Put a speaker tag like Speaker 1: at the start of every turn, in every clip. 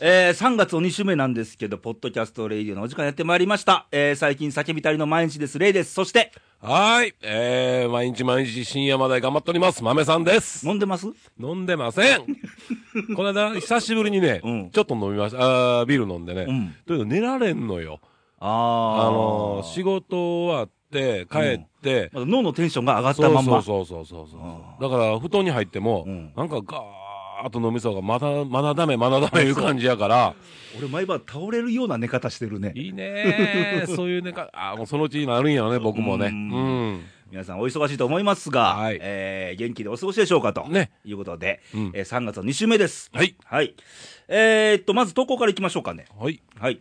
Speaker 1: えー、3月の2週目なんですけど、ポッドキャストレイディオのお時間やってまいりました。えー、最近叫びたりの毎日です。レイです。そして、
Speaker 2: はーい。えー、毎日毎日深夜まで頑張っております。豆さんです。
Speaker 1: 飲んでます
Speaker 2: 飲んでま せん。この間、久しぶりにね、
Speaker 1: うん
Speaker 2: ちょっと飲みました。あービール飲んでね。
Speaker 1: うん
Speaker 2: というの寝られんのよ。あ
Speaker 1: あ
Speaker 2: のー仕事終わって、帰って、
Speaker 1: まだ脳のテンションが上がっ
Speaker 2: そ
Speaker 1: た
Speaker 2: う
Speaker 1: まんま。
Speaker 2: そうそうそうそうそう。だから、布団に入っても、
Speaker 1: うん
Speaker 2: なんかガーッと飲みそうが、まだ、まだダメ、まだダメいう感じやから、
Speaker 1: 俺、毎晩倒れるような寝方してるね。
Speaker 2: いいねーそういうねか、あーもうそのうちになるんやろね、僕もね。
Speaker 1: う
Speaker 2: うんん。
Speaker 1: 皆さんお忙しいと思いますが、
Speaker 2: はい
Speaker 1: えー元気でお過ごしでしょうかと、
Speaker 2: ね
Speaker 1: いうことで、
Speaker 2: うん
Speaker 1: えー3月の2週目です。
Speaker 2: はい。
Speaker 1: はい。えーっと、まず投稿からいきましょうかね。
Speaker 2: はい。
Speaker 1: はい。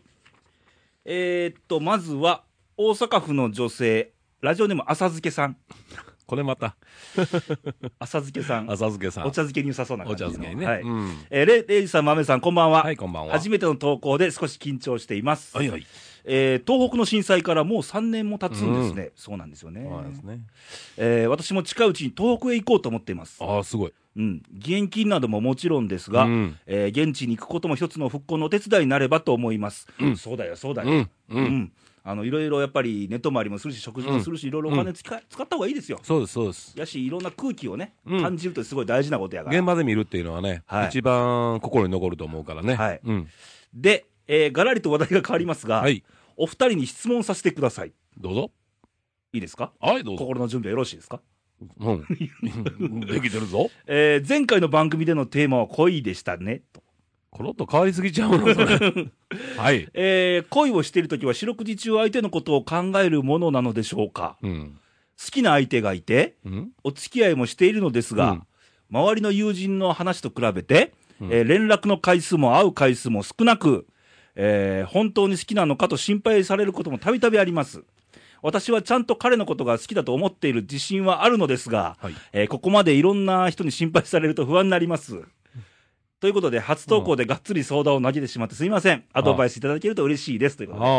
Speaker 1: えーっと、まずは、大阪府の女性、ラジオネーム浅漬けさん。
Speaker 2: これまた、
Speaker 1: 浅漬けさん。お
Speaker 2: 浅漬けさん。
Speaker 1: 茶漬けに良さそうな
Speaker 2: お
Speaker 1: 感じ
Speaker 2: 茶
Speaker 1: の。
Speaker 2: 漬けにね。
Speaker 1: はい。
Speaker 2: うん。
Speaker 1: えーレイレイさん、豆さん、こんばんは。
Speaker 2: はい、こんばんは。
Speaker 1: 初めての投稿で少し緊張しています。
Speaker 2: はいはい。
Speaker 1: えー東北の震災からもう3年も経つんですね。そうなんですよね。
Speaker 2: そうなんですね。
Speaker 1: えー私も近いうちに東北へ行こうと思っています。
Speaker 2: ああ、すごい。
Speaker 1: うん、義援金などももちろんですが、
Speaker 2: うん
Speaker 1: えー現地に行くことも一つの復興のお手伝いになればと思います。そうだよ、そうだよ。
Speaker 2: うんうん
Speaker 1: あのいろいろやっぱり寝泊まりもするし、食事もするし、いろいろお金使,、使った方がいいですよ。
Speaker 2: そうです、そうです。
Speaker 1: やし、いろんな空気をね、
Speaker 2: うん
Speaker 1: 感じるってすごい大事なことやから。
Speaker 2: 現場で見るっていうのはね、
Speaker 1: はい
Speaker 2: 一番心に残ると思うからね。
Speaker 1: はい
Speaker 2: うん。
Speaker 1: で、えーがらりと話題が変わりますが、
Speaker 2: はい。
Speaker 1: お二人に質問させてください。
Speaker 2: どうぞ。
Speaker 1: いいですか
Speaker 2: はい、どうぞ。
Speaker 1: 心の準備はよろしいですか、
Speaker 2: うん。できてるぞ。
Speaker 1: えー前回の番組でのテーマは恋でしたね、と。
Speaker 2: コロッと変わりすぎちゃうの、それ はい。
Speaker 1: えー恋をしているときは四六時中相手のことを考えるものなのでしょうか
Speaker 2: うん。
Speaker 1: 好きな相手がいて、
Speaker 2: うん
Speaker 1: お付き合いもしているのですが、
Speaker 2: うん
Speaker 1: 周りの友人の話と比べて、
Speaker 2: うん
Speaker 1: えー連絡の回数も会う回数も少なく、えー本当に好きなのかと心配されることもたびたびあります。私はちゃんと彼のことが好きだと思っている自信はあるのですが、
Speaker 2: はい
Speaker 1: えーここまでいろんな人に心配されると不安になります。ということで、初投稿でがっつり相談を投げてしまってすみません。アドバイスいただけると嬉しいです。ということで、
Speaker 2: ああ。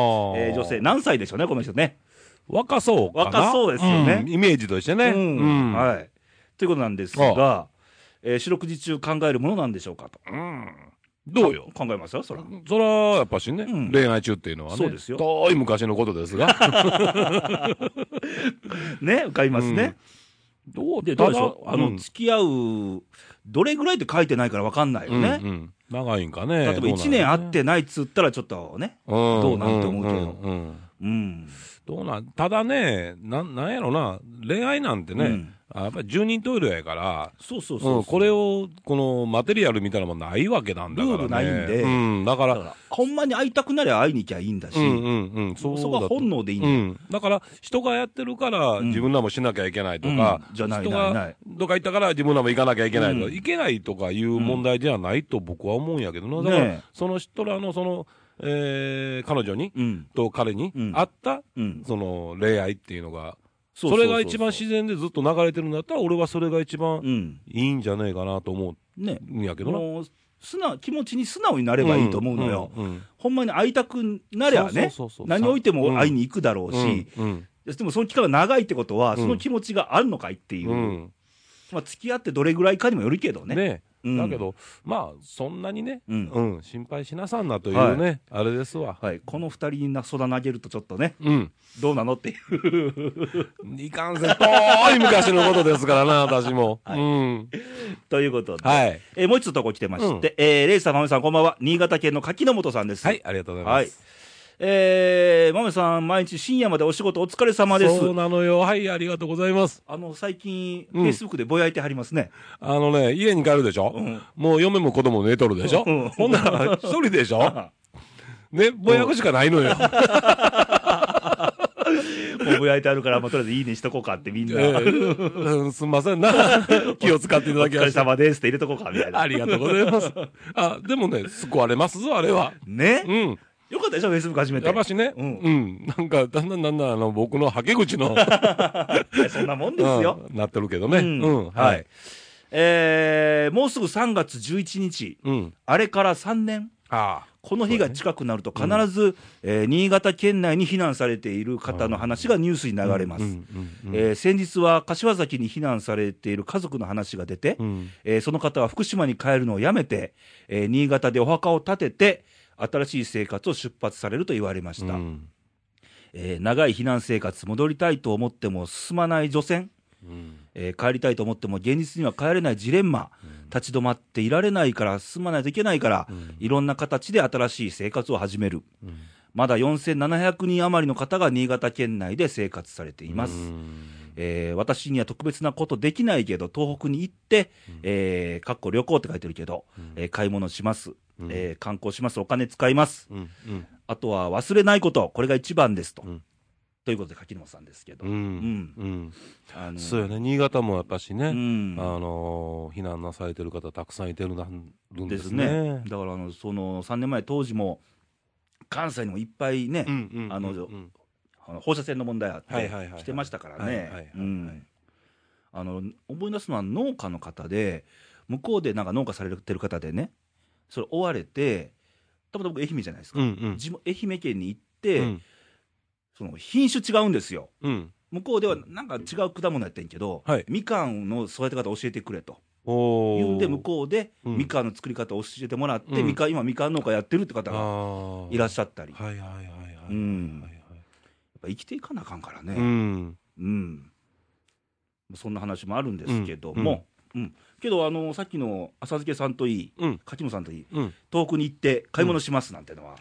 Speaker 1: えー女性、何歳でしょうね、この人ね。
Speaker 2: 若そうかな。
Speaker 1: 若そうですよね
Speaker 2: んイメージとしてね。
Speaker 1: うん
Speaker 2: うん
Speaker 1: はい。ということなんですが、えー四六時中考えるものなんでしょうかと。
Speaker 2: どうよ。
Speaker 1: 考えますよ、そら。
Speaker 2: そら、やっぱしね、
Speaker 1: うん
Speaker 2: 恋愛中っていうのはね。
Speaker 1: そうですよ
Speaker 2: 遠い昔のことですが。
Speaker 1: ね、浮かびますね。
Speaker 2: どう
Speaker 1: で、どうでしょう。
Speaker 2: ただ
Speaker 1: あ
Speaker 2: う
Speaker 1: の、
Speaker 2: ん
Speaker 1: 付き合う、どれぐらいって書いてないから分かんないよね。
Speaker 2: うんうん長いんかね。
Speaker 1: 例えば1年あっ
Speaker 2: ど
Speaker 1: てないっつったら、ちょっとね。ど
Speaker 2: う
Speaker 1: う
Speaker 2: な
Speaker 1: なんて
Speaker 2: んて
Speaker 1: 思うけどうん。
Speaker 2: どうなん、ただね、なん、なんやろな、恋愛なんて
Speaker 1: う
Speaker 2: ね
Speaker 1: ん、
Speaker 2: あやっぱり十人トイレやから、
Speaker 1: そうそうそう
Speaker 2: う
Speaker 1: そ
Speaker 2: ん
Speaker 1: う。
Speaker 2: これを、このマテリアルみたいなもんないわけなんだからね。
Speaker 1: ルールないんで
Speaker 2: うん、だか、
Speaker 1: だからら、ほんまに会いたくなりゃ会いに行きゃいいんだし、
Speaker 2: うんうんうん、
Speaker 1: そ
Speaker 2: そう
Speaker 1: こ
Speaker 2: だと
Speaker 1: が本能でいいん
Speaker 2: う
Speaker 1: だよ。
Speaker 2: ん、だから、人がやってるから、
Speaker 1: ん
Speaker 2: 自分らもしなきゃいけないとか、
Speaker 1: うんじゃない
Speaker 2: 人
Speaker 1: ないない
Speaker 2: がどっか行ったから、自分らも行かなきゃいけないとか、
Speaker 1: うん
Speaker 2: いけないとかいう問題じゃないと僕は思うんやけどな、だか
Speaker 1: ね
Speaker 2: ら、その人らの、その、えー彼女に、
Speaker 1: うん。
Speaker 2: と彼に
Speaker 1: うん
Speaker 2: あった、
Speaker 1: うん。
Speaker 2: その恋愛っていうのが、
Speaker 1: そ
Speaker 2: そう
Speaker 1: そうそう
Speaker 2: れが一番自然でずっと流れてるんだったら、俺はそれが一
Speaker 1: う
Speaker 2: 番
Speaker 1: ん。
Speaker 2: いいんじゃねえかなと思
Speaker 1: ね。
Speaker 2: うんやけどな。
Speaker 1: もう、素直、気持ちに素直になればいいと思うのよ。
Speaker 2: うん。うん
Speaker 1: ほんまに会いたくなりゃね
Speaker 2: そうそうそうそ、う
Speaker 1: 何を置いても会いに行くだろう
Speaker 2: うん
Speaker 1: し、
Speaker 2: うん
Speaker 1: でもその期間が長いってことは、
Speaker 2: ん
Speaker 1: その気持ちがあるのかいっていう、
Speaker 2: うん
Speaker 1: まあ、付き合ってどれぐらいかにもよるけどね。
Speaker 2: ね
Speaker 1: うん
Speaker 2: だけど、まあ、そんなにね、
Speaker 1: う
Speaker 2: うんん、心配しなさんなというね、
Speaker 1: は
Speaker 2: あれですわ。
Speaker 1: はい、この二人になそだ投げるとちょっとね、
Speaker 2: うん。
Speaker 1: どうなの っていう、
Speaker 2: いかんせん、遠い昔のことですから な、私も。うん。
Speaker 1: ということで、
Speaker 2: はい。
Speaker 1: えーもう一つとこ来てまして、えーレイさん、まめさん、こんばんは、新潟県の柿の本さんです。
Speaker 2: はい、ありがとうござ
Speaker 1: はいい
Speaker 2: ます。
Speaker 1: えー、まめさん、毎日深夜までお仕事お疲れ様です。
Speaker 2: そうなのよ。はい、ありがとうございます。
Speaker 1: あの最近、フ
Speaker 2: うん
Speaker 1: ェイスブックでぼやいてはりますね。
Speaker 2: あのね、家に帰るでしょ、
Speaker 1: うん
Speaker 2: もう嫁も子供も寝とるでしょ、
Speaker 1: うん
Speaker 2: ほんなら、一人でしょね、ぼやくしかないのよ。
Speaker 1: もうぼやいてあるから、まあ、とりあえずいいねしとこうかって、みんな、
Speaker 2: ええうんすんま せんな。気を使っていた
Speaker 1: お
Speaker 2: だき
Speaker 1: 疲
Speaker 2: ま
Speaker 1: れ
Speaker 2: した。
Speaker 1: 様ですって入れとこうかみたいな。
Speaker 2: ありがとうございます。あ、でもね、救われますぞ、あれは。
Speaker 1: ね、
Speaker 2: うん。
Speaker 1: よかったでしょ、フェイスブック始めて。
Speaker 2: やばしね、
Speaker 1: う
Speaker 2: うんん、なんか、だんだんだんだん、あの、僕のはけ口 の、
Speaker 1: そんなもんですよ。
Speaker 2: うんなってるけどね。
Speaker 1: う
Speaker 2: うんん、
Speaker 1: は
Speaker 2: はいい、
Speaker 1: えー、もうすぐ3月11日、
Speaker 2: うん。
Speaker 1: あれから3年、
Speaker 2: ああ。
Speaker 1: この日が近くなると必ず、えー新潟県内に避難されている方の話がニュースに流れます。えー先日は柏崎に避難されている家族の話が出て、
Speaker 2: うん
Speaker 1: えーその方は福島に帰るのをやめて、えー新潟でお墓を建てて、新しい生活を出発されると言われました。
Speaker 2: うん
Speaker 1: えー長い避難生活、戻りたいと思っても進まない除染、
Speaker 2: うん
Speaker 1: えー帰りたいと思っても現実には帰れないジレンマ、立ち止まっていられないから、進まないといけないから、いろんな形で新しい生活を始める。
Speaker 2: うん
Speaker 1: まだ4700人余りの方が新潟県内で生活されています。
Speaker 2: うん
Speaker 1: えー私には特別なことできないけど、東北に行って、えーかっこ旅行って書いてるけど、えー買い物します、
Speaker 2: うん
Speaker 1: えー観光します、お金使います、
Speaker 2: うんうん
Speaker 1: あとは忘れないこと、これが一番ですと。
Speaker 2: うん
Speaker 1: ということで、柿沼さんですけど、
Speaker 2: うん
Speaker 1: ん
Speaker 2: うん
Speaker 1: あの
Speaker 2: そうよね新潟もやっぱしね、
Speaker 1: うん
Speaker 2: あのー避難なされてる方たくさんいてるなんるん
Speaker 1: で
Speaker 2: ですす
Speaker 1: ね
Speaker 2: ね。
Speaker 1: だからあのその3年前、当時も関西にもいっぱいね、
Speaker 2: うんうんうん
Speaker 1: あの
Speaker 2: うん
Speaker 1: あの放射線の問題あっ
Speaker 2: はい
Speaker 1: て
Speaker 2: はいはいはい
Speaker 1: してましたから
Speaker 2: はいはいはいは
Speaker 1: ね
Speaker 2: い
Speaker 1: うんあの思い出すのは農家の方で向こうでなんか農家されてる方でねそれ追われてたまたま僕愛媛じゃないですか、
Speaker 2: うんうん
Speaker 1: 地元愛媛県に行って、
Speaker 2: うん
Speaker 1: その品種違うんですよ
Speaker 2: うん
Speaker 1: 向こうではなんか違う果物やってんけど、
Speaker 2: はい
Speaker 1: みかんの育て方教えてくれと
Speaker 2: お
Speaker 1: 言
Speaker 2: ー
Speaker 1: うんで向こうで
Speaker 2: うん
Speaker 1: みかんの作り方教えてもらって、
Speaker 2: うん
Speaker 1: みかん今みかん農家やってるって方が
Speaker 2: あー
Speaker 1: いらっしゃったり、
Speaker 2: はいはいはいはいはいはいはい、
Speaker 1: うんやっぱ生きていかなあかんからね、
Speaker 2: うん
Speaker 1: うん、そんな話もあるんですけど
Speaker 2: うん
Speaker 1: も、うんけどあの、さっきの浅漬けさんといい、
Speaker 2: うん
Speaker 1: 柿本さんといい、
Speaker 2: うん
Speaker 1: 遠くに行って買い物しますなんてのは、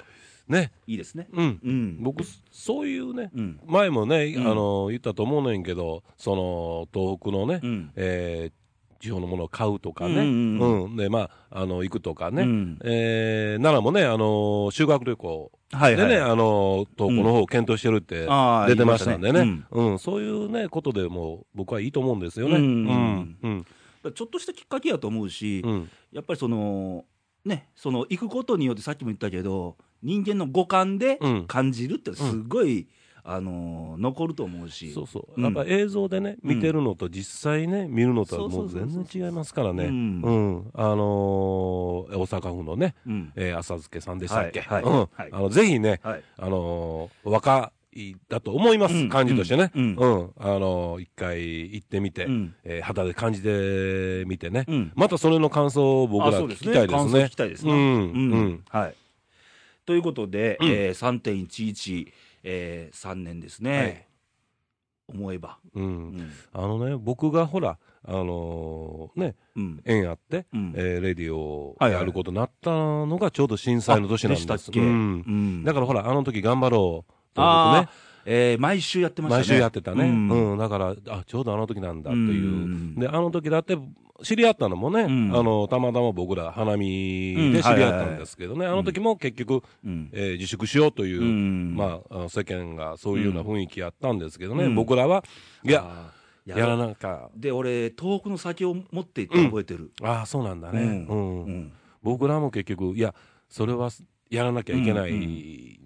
Speaker 2: ね
Speaker 1: いいですね。
Speaker 2: うん
Speaker 1: うん、
Speaker 2: 僕そういうね
Speaker 1: うん
Speaker 2: 前もね、
Speaker 1: うん
Speaker 2: あの言ったと思うねんけどその東北のね、
Speaker 1: うん
Speaker 2: えー地方のものを買うとかね、
Speaker 1: う
Speaker 2: うんん
Speaker 1: うん
Speaker 2: でまああの行くとかね、
Speaker 1: うん
Speaker 2: えー奈良もね、あの修学旅行
Speaker 1: はい
Speaker 2: でね、
Speaker 1: はい、
Speaker 2: あの東北の方を検討してるって
Speaker 1: あー
Speaker 2: 出てましたんでね、
Speaker 1: 言
Speaker 2: う
Speaker 1: いまし
Speaker 2: んそういう、ね、ことでもう僕はいいと思うんですよね。
Speaker 1: う
Speaker 2: うんんうん
Speaker 1: ちょっとしたきっかけやと思うし、
Speaker 2: うん
Speaker 1: やっぱりその、ね、その行くことによって、さっきも言ったけど、人間の五感で
Speaker 2: うん
Speaker 1: 感じるって、すごい、あのー残ると思うし。
Speaker 2: そうそうう、
Speaker 1: ん
Speaker 2: やっぱ映像でね、見てるのと実際ね、見るのとはもう全然違いますからね、
Speaker 1: う
Speaker 2: うんん、あのー大阪府のね、
Speaker 1: うん
Speaker 2: えー浅漬けさんでしたっけ、
Speaker 1: はいはい
Speaker 2: うん
Speaker 1: はい
Speaker 2: あのぜひね、
Speaker 1: はい
Speaker 2: あのー若いだと思います、
Speaker 1: うん
Speaker 2: 感じとしてね、
Speaker 1: う
Speaker 2: うんんあのー一回行ってみて、
Speaker 1: うん
Speaker 2: えー肌で感じてみてね、
Speaker 1: うん
Speaker 2: またそれの感想を僕
Speaker 1: あ
Speaker 2: ら
Speaker 1: そう
Speaker 2: 聞きたいですね。
Speaker 1: 感想聞きたいですね。
Speaker 2: うん
Speaker 1: うん
Speaker 2: うん
Speaker 1: はい、ということで、
Speaker 2: うん
Speaker 1: えー、3.11、えー、3年ですね、
Speaker 2: はい
Speaker 1: 思えば。
Speaker 2: う
Speaker 1: うんん
Speaker 2: あのね、僕がほら、あのーね、
Speaker 1: うん
Speaker 2: 縁あって、
Speaker 1: うん
Speaker 2: えーレディオを
Speaker 1: はいはい
Speaker 2: やることになったのがちょうど震災の年なんです。
Speaker 1: あでしたっけ
Speaker 2: うん
Speaker 1: うん
Speaker 2: だからほら、あの時頑張ろうと僕
Speaker 1: あ
Speaker 2: ね、
Speaker 1: ー、えー毎週やってましたね。
Speaker 2: 毎週やってたね、
Speaker 1: う
Speaker 2: うんんだからあ、ちょうどあの時なんだっていう、
Speaker 1: うん
Speaker 2: であの時だって、知り合ったのもね、
Speaker 1: ん
Speaker 2: あのたまたま僕ら、花見で知り合ったんですけどね、あの時も結局、
Speaker 1: うん
Speaker 2: えー自粛しようという、
Speaker 1: うん
Speaker 2: まああの、世間がそういうような雰囲気やったんですけどね、
Speaker 1: うん
Speaker 2: 僕らは、いや、
Speaker 1: あー
Speaker 2: やらなきゃ、
Speaker 1: で、俺、東北の酒を持って行って覚えてる。
Speaker 2: ああ、そうなんだね。
Speaker 1: うん
Speaker 2: うん
Speaker 1: うん
Speaker 2: 僕らも結局、いや、それはやらなきゃいけない、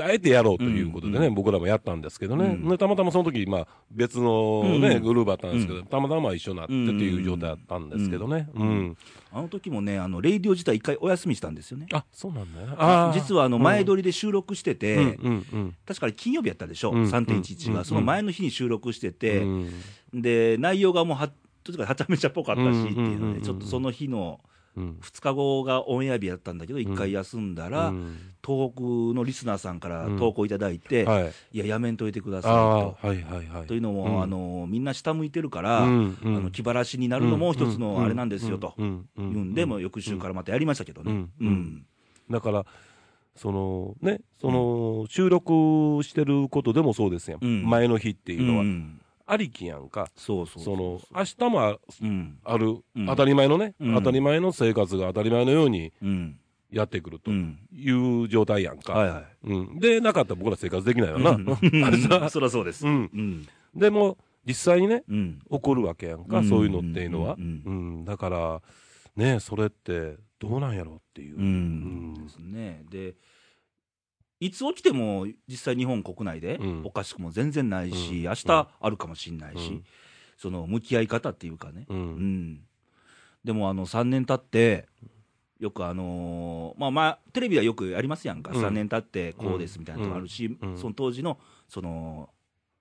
Speaker 2: あえてやろうということでね、僕らもやったんですけどね、
Speaker 1: うん
Speaker 2: でたまたまその時まあ別の、ね
Speaker 1: うん
Speaker 2: グループだったんですけど、たまたま一緒になってっていう状態だったんですけどね、うん
Speaker 1: あの時もね、あのレイディオ自体、一回お休みしたんですよね。
Speaker 2: あそうなんだね。あー
Speaker 1: 実はあの前撮りで収録してて、
Speaker 2: うんうんうん
Speaker 1: 確かに金曜日やったでしょ、
Speaker 2: うん
Speaker 1: 3.11
Speaker 2: う
Speaker 1: が、
Speaker 2: ん
Speaker 1: その前の日に収録してて、
Speaker 2: うん
Speaker 1: で内容がもうはとにかくはちゃめちゃっぽかったしっていう
Speaker 2: うんうんうん
Speaker 1: の
Speaker 2: う
Speaker 1: で、
Speaker 2: ん
Speaker 1: ちょっとその日の
Speaker 2: うん
Speaker 1: 2日後がオンエア日やったんだけど、1回休んだら、
Speaker 2: うん
Speaker 1: 東北のリスナーさんから投稿いただいて、
Speaker 2: はい、
Speaker 1: いや、やめんといてくだ
Speaker 2: あ
Speaker 1: さい
Speaker 2: あ
Speaker 1: と。
Speaker 2: ーはいはいはい。
Speaker 1: というのも、
Speaker 2: ん
Speaker 1: あのみんな下向いてるから、
Speaker 2: うんうん
Speaker 1: あの気晴らしになるのも一つのあれなんですよと
Speaker 2: う
Speaker 1: 言
Speaker 2: んうんうん
Speaker 1: うんで、もう翌週からまたやりましたけどね。
Speaker 2: うん
Speaker 1: うん
Speaker 2: だから、そのね、その収録してることでもそうですやん、
Speaker 1: うん
Speaker 2: 前の日っていうのは、
Speaker 1: うん
Speaker 2: ありきやんか、
Speaker 1: そうそう
Speaker 2: その明日もあ
Speaker 1: うん
Speaker 2: ある、
Speaker 1: うん
Speaker 2: 当たり前のね、
Speaker 1: うん
Speaker 2: 当たり前の生活が当たり前のように
Speaker 1: うん
Speaker 2: やってくると
Speaker 1: うん
Speaker 2: いう状態やんか、
Speaker 1: はいはい
Speaker 2: うん、で、なかったら僕ら生活できないよな、 あれさ、
Speaker 1: そりゃそうです。
Speaker 2: うん、
Speaker 1: うん
Speaker 2: でも実際にね、
Speaker 1: うん
Speaker 2: 起こるわけやんか、
Speaker 1: うん
Speaker 2: そういうのっていうのは、
Speaker 1: う
Speaker 2: うんんだから、ね、それってどうなんやろうっていう。
Speaker 1: うん
Speaker 2: うん
Speaker 1: ですね。で、いつ起きても実際日本国内で
Speaker 2: うん
Speaker 1: おかしくも全然ないし、
Speaker 2: うん
Speaker 1: 明日あるかもしれないし、
Speaker 2: うん
Speaker 1: その向き合い方っていうかね。
Speaker 2: う
Speaker 1: うんんでもあの3年経って、よくあのーまあまあ、テレビはよくやりますやんか、
Speaker 2: うん
Speaker 1: 3年経ってこうですみたいなのがあるし、
Speaker 2: うんうん
Speaker 1: その当時のその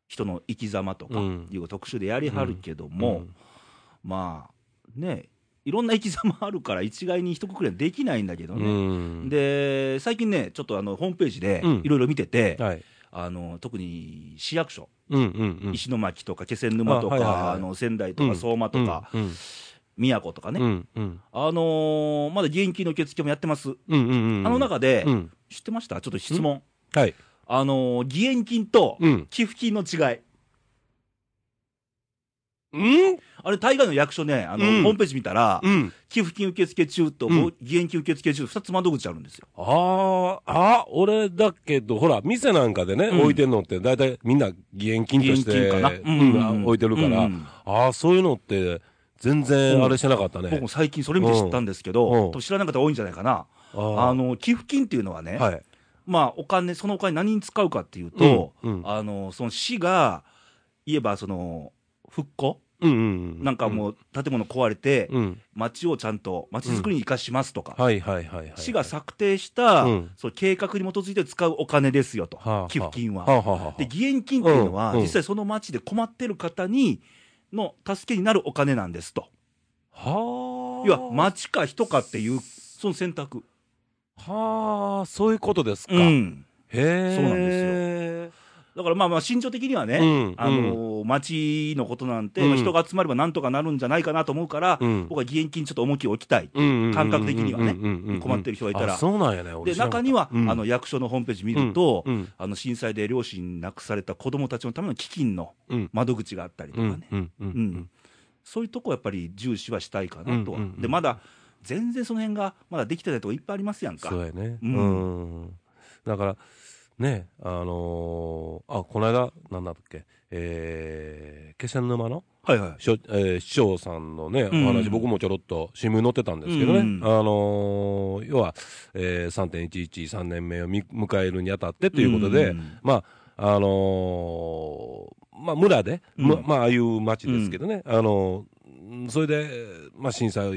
Speaker 1: 人の生き様とか
Speaker 2: うん
Speaker 1: いう特集でやりはるけども、まあね、いろんな生き様あるから、一概に一括りはできないんだけど
Speaker 2: うん、
Speaker 1: ね。
Speaker 2: うん、
Speaker 1: で最近ね、ちょっとあのホームページで
Speaker 2: うん
Speaker 1: いろいろ見てて、
Speaker 2: はい、
Speaker 1: あの特に市役所、
Speaker 2: うんうんうん、
Speaker 1: 石巻とか気仙沼とか、
Speaker 2: あ
Speaker 1: あ
Speaker 2: はいはいはい
Speaker 1: の仙台とか相馬とか、
Speaker 2: うん、うん
Speaker 1: 宮古とかね、
Speaker 2: うんうん
Speaker 1: あのーまだ現金の受付もやってます、
Speaker 2: うんうんうん、
Speaker 1: あの中で、
Speaker 2: うん、
Speaker 1: 知ってましたちょっと質問、
Speaker 2: はい、
Speaker 1: あのー義援金と
Speaker 2: うん、
Speaker 1: 寄付金の違い、
Speaker 2: うん、
Speaker 1: あれ、大概の役所ね、あの
Speaker 2: うん
Speaker 1: ホームページ見たら、
Speaker 2: うん、
Speaker 1: 寄付金受付中と、
Speaker 2: うん
Speaker 1: 義援金受付中、2つ窓口あるんですよ。
Speaker 2: ああ、あ、俺だけど、ほら、店なんかでね、
Speaker 1: うん
Speaker 2: 置いてんのって、大体みんな義援金として、
Speaker 1: 義援金かな
Speaker 2: うん
Speaker 1: うん
Speaker 2: あ置いてるから、
Speaker 1: うんうん
Speaker 2: ああ、そういうのって、全然あれしてなかったね。
Speaker 1: 僕も最近それ見て知ったんですけど、
Speaker 2: うんうん
Speaker 1: 多分知らない方多いんじゃないかな、
Speaker 2: あ
Speaker 1: あの寄付金っていうのはね、
Speaker 2: ーはい。
Speaker 1: まあ、お金、そのお金、何に使うかっていうと、
Speaker 2: うんうん
Speaker 1: あのその市が言えばその復興、
Speaker 2: うんうんう
Speaker 1: なんかもう建物壊れて、
Speaker 2: うん、
Speaker 1: 町をちゃんと、町づくりに生かしますとか、
Speaker 2: はいはいはい、はい。
Speaker 1: 市が策定した、
Speaker 2: うん
Speaker 1: その計画に基づいて使うお金ですよと、
Speaker 2: はあ
Speaker 1: 寄付金は。
Speaker 2: はあはあはあ
Speaker 1: で、義援金っていうのは、
Speaker 2: うんうん
Speaker 1: 実際その町で困ってる方にの助けになるお金なんですと、
Speaker 2: は
Speaker 1: 要
Speaker 2: あ。
Speaker 1: は町か人かっていう、その選択、
Speaker 2: はあ、そういうことですか。
Speaker 1: う
Speaker 2: へ
Speaker 1: ん
Speaker 2: え。
Speaker 1: そうなん
Speaker 2: で
Speaker 1: だからまあまあ、心情的にはね、
Speaker 2: うん
Speaker 1: あのー町のことなんて、
Speaker 2: うん
Speaker 1: 人が集まればなんとかなるんじゃないかなと思うから、
Speaker 2: うん
Speaker 1: 僕は義援金ちょっと重きを置きたい、
Speaker 2: うんうんうんうん
Speaker 1: 感覚的にはね
Speaker 2: うんうんうんうん
Speaker 1: 困ってる人がいたら
Speaker 2: あそうなんやね、俺
Speaker 1: で
Speaker 2: 知らんか
Speaker 1: 中
Speaker 2: った
Speaker 1: には、
Speaker 2: うん
Speaker 1: あの役所のホームページ見ると、
Speaker 2: うんうん
Speaker 1: あの震災で両親亡くされた子どもたちのための基金の
Speaker 2: うん
Speaker 1: 窓口があったりと
Speaker 2: う
Speaker 1: かね、
Speaker 2: んうんうんう
Speaker 1: うん
Speaker 2: ん
Speaker 1: そういうとこやっぱり重視はしたいかなとは、
Speaker 2: うんうんうん
Speaker 1: でまだ全然その辺がまだできてないとこいっぱいありますやんか。
Speaker 2: そうやね。
Speaker 1: う
Speaker 2: うんん。だから、ね、あのー、あ、この間、なんだっけ、えー、気仙沼の
Speaker 1: はいはい
Speaker 2: しょ、えー市長さんのね、お
Speaker 1: うん
Speaker 2: 話、僕もちょろっと新聞に載ってたんですけどね、
Speaker 1: うん
Speaker 2: あのー要は、えー、3.11、3年目をみ迎えるにあたってということで、
Speaker 1: うん
Speaker 2: まあ、あのーまあ、村で、
Speaker 1: うん
Speaker 2: むまあ、ああいう町ですけどね、あのーそれで、まあ、震災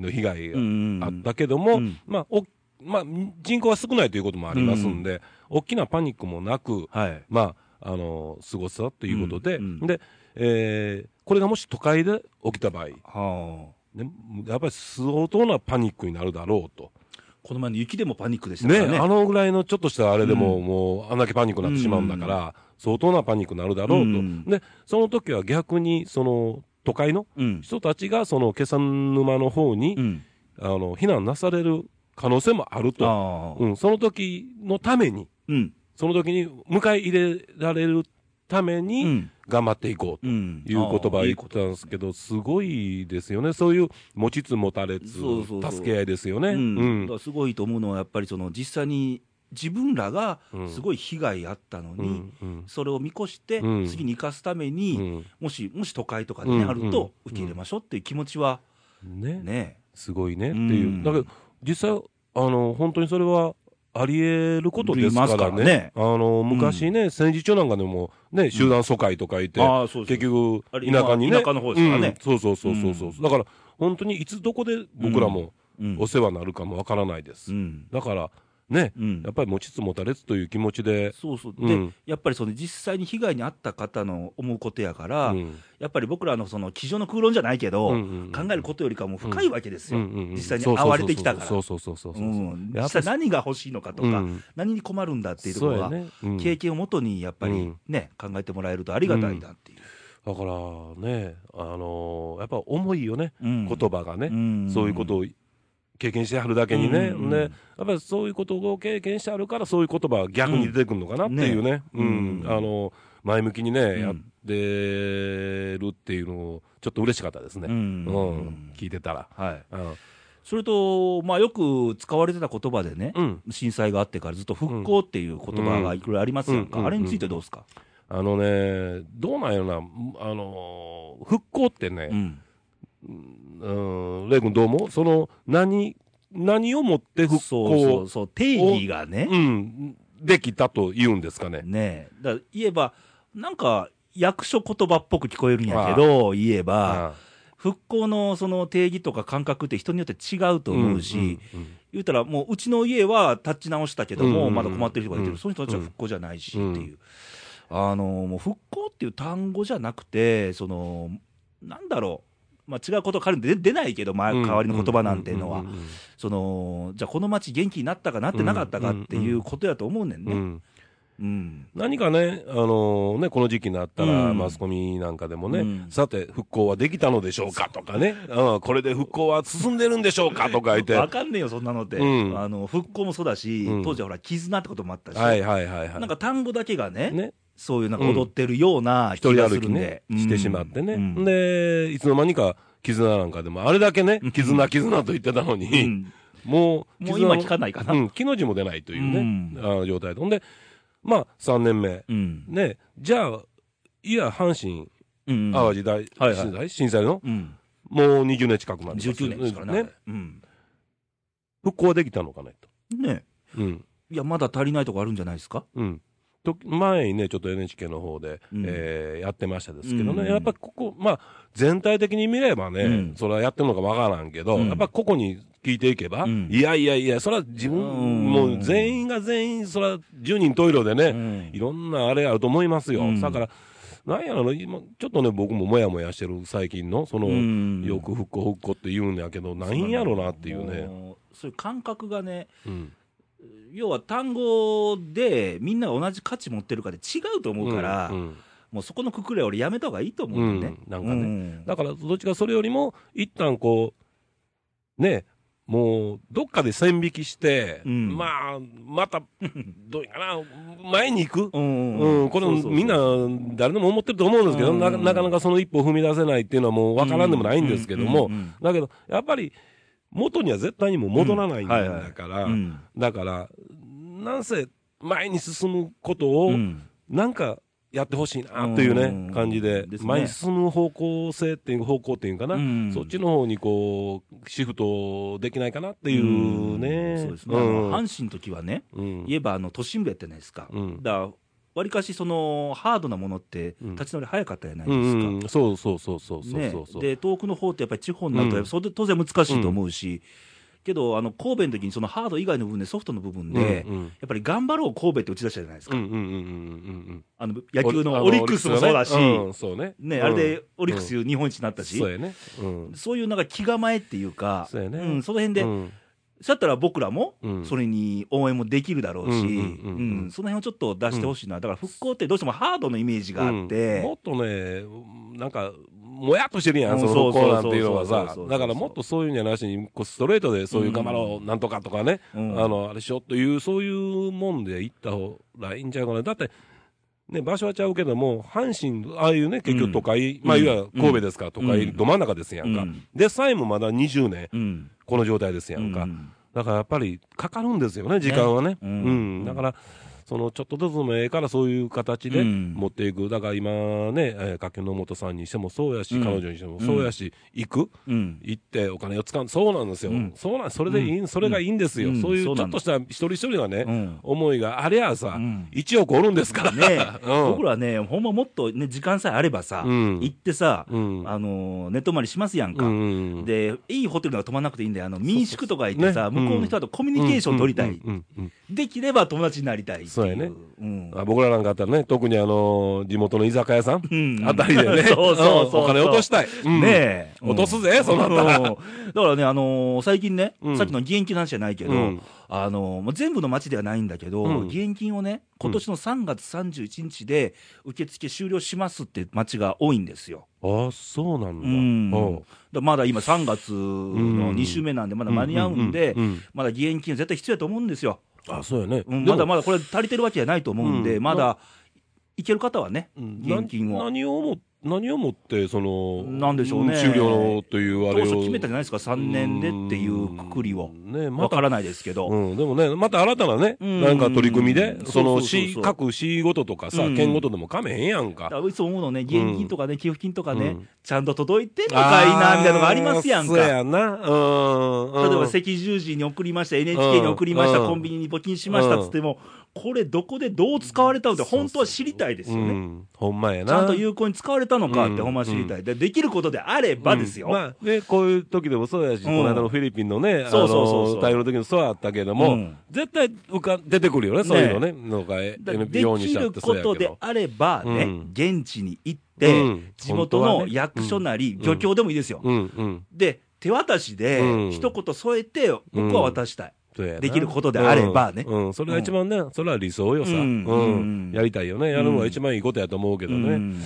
Speaker 2: の被害があったけども、
Speaker 1: うん
Speaker 2: まあ、おまあ、人口は少ないということもありますんで、大きなパニックもなく、
Speaker 1: はい
Speaker 2: まあ、あの、過ごしたということで、
Speaker 1: うんうん
Speaker 2: で、えーこれがもし都会で起きた場合、ね、
Speaker 1: はあ
Speaker 2: やっぱり相当なパニックになるだろうと。
Speaker 1: この前の雪でもパニックでしたか
Speaker 2: ね
Speaker 1: らね。
Speaker 2: あのぐらいのちょっとしたあれでも、
Speaker 1: うん
Speaker 2: もう、あんだけパニックになってしまうんだから、相当なパニックになるだろうと。
Speaker 1: うん
Speaker 2: で、その時は逆に、その、都会の
Speaker 1: うん
Speaker 2: 人たちが、その、気仙沼の方に、
Speaker 1: うん
Speaker 2: あの、避難なされる可能性もあると。
Speaker 1: ああ
Speaker 2: うん、その時のために、
Speaker 1: うん
Speaker 2: その時に迎え入れられるため
Speaker 1: う
Speaker 2: に、
Speaker 1: ん
Speaker 2: 頑張っていこうと
Speaker 1: うん
Speaker 2: いう言葉
Speaker 1: ああ
Speaker 2: 言ったんですけど、すごいですよね。そういう持ちつ持たれつ
Speaker 1: そうそうそう、
Speaker 2: 助け合いですよね。う
Speaker 1: うんだ
Speaker 2: ん
Speaker 1: か。らすごいと思うのは、やっぱりその実際に自分らが
Speaker 2: うん
Speaker 1: すごい被害あったの
Speaker 2: う
Speaker 1: に、
Speaker 2: んうん
Speaker 1: それを見越して
Speaker 2: う、ん
Speaker 1: 次に生かすため
Speaker 2: う
Speaker 1: に、
Speaker 2: ん
Speaker 1: もしもし都会とかで、ね
Speaker 2: うん
Speaker 1: あると、
Speaker 2: うん
Speaker 1: 受け入れましょうっていう気持ちは
Speaker 2: ね
Speaker 1: ね、
Speaker 2: すごいねって
Speaker 1: うん
Speaker 2: いう。だけど、実際、あの、本当にそれは、あり得ることですか
Speaker 1: あります
Speaker 2: ら
Speaker 1: からね
Speaker 2: ね。あの、昔ね、戦時中なんかでも、ね、集団疎開とかいて、
Speaker 1: ああそうそう
Speaker 2: 結局、
Speaker 1: あれ
Speaker 2: 田舎にね。
Speaker 1: 田舎の方ですからね
Speaker 2: うんそうそうそうそうそう。だから、本当にいつどこで僕らも
Speaker 1: うん
Speaker 2: お世話になるかもわからないで
Speaker 1: う
Speaker 2: す。
Speaker 1: ん
Speaker 2: だから、ね、
Speaker 1: うん
Speaker 2: やっぱり持ちつ持たれつという気持ちで、
Speaker 1: そうそう、
Speaker 2: う
Speaker 1: で、
Speaker 2: ん
Speaker 1: やっぱりその実際に被害に遭った方の思うことやから、
Speaker 2: うん
Speaker 1: やっぱり僕らのその机上の空論じゃないけど、
Speaker 2: うんうんうん
Speaker 1: 考えることよりかも深いわけです
Speaker 2: う
Speaker 1: よ、
Speaker 2: んうんうん
Speaker 1: 実際に会われてきたから。
Speaker 2: そうそうそうそうそう
Speaker 1: う
Speaker 2: そうん
Speaker 1: 実
Speaker 2: やっぱ
Speaker 1: 際何が欲しいのかとか、
Speaker 2: うん
Speaker 1: 何に困るんだっていうとこ
Speaker 2: そう
Speaker 1: ろ
Speaker 2: や
Speaker 1: は、
Speaker 2: ねうん
Speaker 1: 経験をもとにやっぱりね、考えてもらえるとありがたいなっていう、
Speaker 2: だからね、あのーやっぱ重いよね、
Speaker 1: うん
Speaker 2: 言葉がね、
Speaker 1: うん
Speaker 2: そういうことを経験してはるだけにね、
Speaker 1: うんうんうん
Speaker 2: ねやっぱりそういうことを経験してあるから、そういう言葉が逆に出てくるのかなっていうね、
Speaker 1: う
Speaker 2: うんん
Speaker 1: ね
Speaker 2: あのー前向きにね、
Speaker 1: ん
Speaker 2: やってるっていうのを、ちょっと嬉しかったですね、
Speaker 1: う
Speaker 2: うんん聞いてたら。
Speaker 1: はい、
Speaker 2: うん
Speaker 1: それと、まあ、よく使われてた言葉でね、
Speaker 2: うん
Speaker 1: 震災があってからずっと復興っていう言葉がいろいろありますやんか、
Speaker 2: うん
Speaker 1: あれについてどうですか、
Speaker 2: あのね、どうなんやろな、あのー復興ってね、
Speaker 1: うん
Speaker 2: うん、レイ君どう思うその、何、何をもって復興
Speaker 1: そうそうそう、定義がね、
Speaker 2: うん、できたと言うんですかね。
Speaker 1: ねえだから言えば、なんか役所言葉っぽく聞こえるんやけど、言えば、
Speaker 2: あ
Speaker 1: 復興のその定義とか感覚って人によって違うと思うし、
Speaker 2: うんうん
Speaker 1: 言うたら、もううちの家は立ち直したけども、
Speaker 2: うんうん
Speaker 1: まだ困ってる人がいてる、
Speaker 2: うん
Speaker 1: その人たちは復興じゃないしっていう、あのもう復興っていう単語じゃなくて、そのなんだろう、まあ、違うこと、彼に出出ないけど、まあ、
Speaker 2: うん
Speaker 1: 代わりの言葉なんていうのは
Speaker 2: うん、うん
Speaker 1: そのじゃあ、この町元気になったかなってなかったかっていうことやと思うねん
Speaker 2: うんう
Speaker 1: ね。
Speaker 2: ん
Speaker 1: うん
Speaker 2: 何かね、あのね、この時期になったら、
Speaker 1: うん
Speaker 2: マスコミなんかでもね、
Speaker 1: うん
Speaker 2: さて、復興はできたのでしょうかとかね、うん、これで復興は進んでるんでしょうかとか言って、
Speaker 1: わ
Speaker 2: は
Speaker 1: かんねえよ、そんなのって、
Speaker 2: うん
Speaker 1: あの復興もそうだし、
Speaker 2: うん
Speaker 1: 当時はほら、絆ってこともあったし、
Speaker 2: いはいはいはい。
Speaker 1: なんか単語だけがね、
Speaker 2: ね、
Speaker 1: そういうなんか踊ってるような
Speaker 2: 一
Speaker 1: 気
Speaker 2: 人
Speaker 1: がす
Speaker 2: 歩
Speaker 1: る
Speaker 2: き
Speaker 1: ん
Speaker 2: ね
Speaker 1: で、、うん
Speaker 2: してしまってね、
Speaker 1: うん
Speaker 2: で、いつの間にか、絆なんかでも、あれだけね
Speaker 1: うん、
Speaker 2: 絆、絆と言ってたのに、
Speaker 1: うん
Speaker 2: もう、
Speaker 1: もう今
Speaker 2: 絆
Speaker 1: 聞かないかな
Speaker 2: うん、木の字も出ないというね、
Speaker 1: うん
Speaker 2: あの状態で。ほんで、まあ、3年目。
Speaker 1: うん
Speaker 2: ね、じゃあ、いや、阪神、
Speaker 1: うん
Speaker 2: 淡路大震災、
Speaker 1: はい
Speaker 2: 震災の、
Speaker 1: うん、
Speaker 2: もう20年近くまで。
Speaker 1: 19年ですからね。
Speaker 2: ね
Speaker 1: うん
Speaker 2: 復興はできたのかねと。
Speaker 1: ね
Speaker 2: うん。
Speaker 1: いや、まだ足りないとこあるんじゃないですか。
Speaker 2: うん。と前にね、ちょっと NHK の方で、
Speaker 1: うん
Speaker 2: えーやってましたですけどね、
Speaker 1: うん
Speaker 2: やっぱここ、まあ、全体的に見ればね、
Speaker 1: うん
Speaker 2: それはやってるのかわからんけど、
Speaker 1: うん
Speaker 2: やっぱ個々に聞いていけば、
Speaker 1: うん
Speaker 2: いやいやいや、それは自分、
Speaker 1: うん
Speaker 2: もう全員が全員、それは10人トイレでね、
Speaker 1: うん
Speaker 2: いろんなあれあると思いますよ。
Speaker 1: うん
Speaker 2: だから、なんやろ今、ちょっとね、僕ももやもやしてる最近の、その、
Speaker 1: うん
Speaker 2: よく復興復興って言うんやけど、なんやろなっていうね。
Speaker 1: もうそういう感覚がね、
Speaker 2: うん。
Speaker 1: 要は単語でみんなが同じ価値持ってるかで違うと思うから、
Speaker 2: うん
Speaker 1: もうそこのくくれは俺やめた方がいいと思うんだよね。
Speaker 2: うんなんかね
Speaker 1: ね
Speaker 2: だから、どっちかそれよりも、一旦こう、ね、もう、どっかで線引きして、
Speaker 1: うん
Speaker 2: まあ、また、どうやかな、前に行く。
Speaker 1: うん
Speaker 2: うん、これ
Speaker 1: そうそうそう
Speaker 2: みんな、誰でも思ってると思うんですけど、
Speaker 1: うん
Speaker 2: ななかなかその一歩を踏み出せないっていうのはもう分からんでもないんですけども
Speaker 1: うんうんうん、
Speaker 2: だけど、やっぱり、元には絶対にもう戻らないん
Speaker 1: うんはいは
Speaker 2: だ
Speaker 1: い
Speaker 2: から
Speaker 1: うん、
Speaker 2: だから、なんせ、前に進むことを
Speaker 1: う、ん
Speaker 2: なんかやってほしいなというね、
Speaker 1: うん
Speaker 2: 感じで、
Speaker 1: ですね
Speaker 2: 前に進む方向性っていう、方向っていうかな、
Speaker 1: うん
Speaker 2: そっちの方にこう、シフトできないかなっていうね。
Speaker 1: そうですね、あの阪神の時はね、
Speaker 2: うん
Speaker 1: 言えばあの都心部やったじゃないですか、
Speaker 2: うん
Speaker 1: だから、わりかしそのハードなものって、
Speaker 2: うん
Speaker 1: 立ち直り早かったじゃないで
Speaker 2: う
Speaker 1: す
Speaker 2: ん
Speaker 1: か。
Speaker 2: うんそうそうそうそうそう
Speaker 1: ね
Speaker 2: そうそう。
Speaker 1: で遠くの方ってやっぱり地方になると、やっぱそれ当然難しいと思うし、けどあの神戸の時にそのハード以外の部分で、ソフトの部分で、
Speaker 2: うんうん
Speaker 1: やっぱり頑張ろう神戸って打ち出したじゃないです
Speaker 2: う
Speaker 1: か、
Speaker 2: んうんうんうんうん
Speaker 1: あの
Speaker 2: うん。
Speaker 1: 野球のオリックスもそうだし、
Speaker 2: オリックスのねうんそうね。
Speaker 1: ね
Speaker 2: うん
Speaker 1: あれでオリックス日本一になったし、
Speaker 2: そうやね。うん。
Speaker 1: そういうなんか気構えっていうか、
Speaker 2: そうやね
Speaker 1: ん、その辺で、
Speaker 2: うん
Speaker 1: そうやったら僕らも
Speaker 2: うん
Speaker 1: それに応援もできるだろうし、
Speaker 2: う
Speaker 1: うん
Speaker 2: う
Speaker 1: ん
Speaker 2: んうんうん
Speaker 1: その辺をちょっと出してほしいな、だから復興ってどうしてもハードのイメージがあっ
Speaker 2: うんも
Speaker 1: て、
Speaker 2: っとね、なんか、もやっとしてるや、
Speaker 1: うんん
Speaker 2: そのコーナーっていうのは
Speaker 1: そうそうそう
Speaker 2: さ
Speaker 1: そうそう、
Speaker 2: だからもっとそういうんじゃなしに、こうストレートでそういう頑張ろう、なんとかとかね、
Speaker 1: うん
Speaker 2: あの、あれしようという、そういうもんで行った方がいいんちゃうかな。だって、ね、場所はちゃうけども、阪神、ああいうね、結局都会、まあ、いわゆる神戸ですから、都
Speaker 1: う
Speaker 2: 会、
Speaker 1: ん
Speaker 2: ど真ん中ですやんか。
Speaker 1: うん
Speaker 2: で、さえもまだ20年、
Speaker 1: うん
Speaker 2: この状態ですやんか。
Speaker 1: うん
Speaker 2: だからやっぱり、かかるんですよね、時間はね。
Speaker 1: う
Speaker 2: うんん、だから、そのちょっとずつもええから、そういう形
Speaker 1: う
Speaker 2: で
Speaker 1: ん
Speaker 2: 持っていく、だから今ね、えー、かけのもとさんにしてもそうやし、
Speaker 1: うん
Speaker 2: 彼女にしてもそうやし、行く、
Speaker 1: うん
Speaker 2: 行ってお金を使う、そうなんですよ、
Speaker 1: うん
Speaker 2: そうなんそれでいい、それがいいんですよ、
Speaker 1: うん
Speaker 2: そういうち
Speaker 1: そ
Speaker 2: ょ
Speaker 1: うな
Speaker 2: っ
Speaker 1: の
Speaker 2: とした一人一人がね、
Speaker 1: うん
Speaker 2: 思いがありゃあさ、
Speaker 1: うん
Speaker 2: 一1億おるんですから、
Speaker 1: ね
Speaker 2: うん
Speaker 1: 僕らね、ほんまもっと、ね、時間さえあればさ、
Speaker 2: うん
Speaker 1: 行ってさ、
Speaker 2: うん
Speaker 1: あのー寝泊まりしますやんか、
Speaker 2: うん
Speaker 1: でいいホテルなんか泊まらなくていいんだよ、あの民宿とか行ってさ、
Speaker 2: そうそうそうね
Speaker 1: 向こうの人とコミュニケーション取りたい、
Speaker 2: うんうんうん
Speaker 1: できれば友達になりたいっていう、
Speaker 2: そうやね
Speaker 1: うん
Speaker 2: あ僕らなんかあったらね、特にあのー地元の居酒屋さん、
Speaker 1: うん
Speaker 2: あたりでね、
Speaker 1: そうそうそうそうん
Speaker 2: お金落としたい。うん
Speaker 1: ねえ、
Speaker 2: 落とすぜ、そ
Speaker 1: うん
Speaker 2: なんなら。
Speaker 1: だからね、あのー最近ね、
Speaker 2: うん
Speaker 1: さっきの義援金の話じゃないけど、
Speaker 2: うん
Speaker 1: あのーもう全部の町ではないんだけど、
Speaker 2: うん
Speaker 1: 義援金をね、今年の3月31日で受付終了しますって町が多いんですよ。
Speaker 2: ああ、そうなんだ。
Speaker 1: うん
Speaker 2: お
Speaker 1: だからまだ今、3月の2週目なんで、まだ間に合うんで
Speaker 2: うんうんうんうん、
Speaker 1: まだ義援金絶対必要だと思うんですよ。
Speaker 2: あそうやね。
Speaker 1: うん
Speaker 2: で
Speaker 1: ま
Speaker 2: も
Speaker 1: だまだこれ、足りてるわけじゃないと思うんで、
Speaker 2: うん
Speaker 1: まだいける方はね、
Speaker 2: うん
Speaker 1: 義援金
Speaker 2: な
Speaker 1: を。
Speaker 2: 何をも、何をもって、その、
Speaker 1: なんでしょうね
Speaker 2: 終了というあ
Speaker 1: 当
Speaker 2: れを。
Speaker 1: 初決めたじゃないですか、3年でっていうくくりを
Speaker 2: う。んね、
Speaker 1: わ
Speaker 2: ま
Speaker 1: か
Speaker 2: た。
Speaker 1: らないですけど。
Speaker 2: うん、でもね、また新たなね、
Speaker 1: うん
Speaker 2: なんか取り組みで
Speaker 1: うん、そうそ
Speaker 2: その、
Speaker 1: うそう
Speaker 2: 市、
Speaker 1: そう
Speaker 2: 各市ごととかさ
Speaker 1: うん、
Speaker 2: 県ごとでもかめへんやん
Speaker 1: だか
Speaker 2: か。
Speaker 1: らいつも思うのね、現金とかね、寄付金とかね、
Speaker 2: うん
Speaker 1: ちゃんと届いてんのかいな、みたいなのがありますやん
Speaker 2: あーそう
Speaker 1: か。
Speaker 2: やな。うん。
Speaker 1: 例えば
Speaker 2: うん
Speaker 1: 赤十字に送りました、NHK に送りました、
Speaker 2: うん
Speaker 1: コンビニに募金しましたっつっても、これどこでどう使われたのって本当は知りたいですよね。
Speaker 2: うんほんまや
Speaker 1: ち
Speaker 2: な。
Speaker 1: ゃんと有効に使われたのかっ
Speaker 2: う
Speaker 1: て
Speaker 2: ん
Speaker 1: ほんま知りたい。で、できることであればですよ。
Speaker 2: うんまあ、で、こういう時でもそうやし、
Speaker 1: ん
Speaker 2: この間のフィリピンのね、あ
Speaker 1: そうそうそうそう
Speaker 2: の、対応の時もそうやったけども、
Speaker 1: うん
Speaker 2: 絶対浮か、出てくるよね、そういうのね。のが
Speaker 1: だから
Speaker 2: NPO
Speaker 1: で
Speaker 2: に
Speaker 1: き
Speaker 2: したっ
Speaker 1: る
Speaker 2: てそ
Speaker 1: こ
Speaker 2: うや
Speaker 1: と
Speaker 2: け
Speaker 1: で
Speaker 2: ど。
Speaker 1: あればね、
Speaker 2: うん
Speaker 1: 現地に行って、
Speaker 2: うん
Speaker 1: 地元
Speaker 2: 本当
Speaker 1: の
Speaker 2: はね
Speaker 1: 役所なり、
Speaker 2: うん
Speaker 1: 漁協でもいいですよ。
Speaker 2: うんうん。
Speaker 1: で、手渡しで
Speaker 2: うん、
Speaker 1: 一言添えて、僕は渡したい。
Speaker 2: そうやな
Speaker 1: できることであればね
Speaker 2: うん。うんそれが一番ね、それは理想よさ。
Speaker 1: う
Speaker 2: うんん。
Speaker 1: うん
Speaker 2: やりたいよね。やるのが一番いいことやと思うけど
Speaker 1: う
Speaker 2: ね。
Speaker 1: ん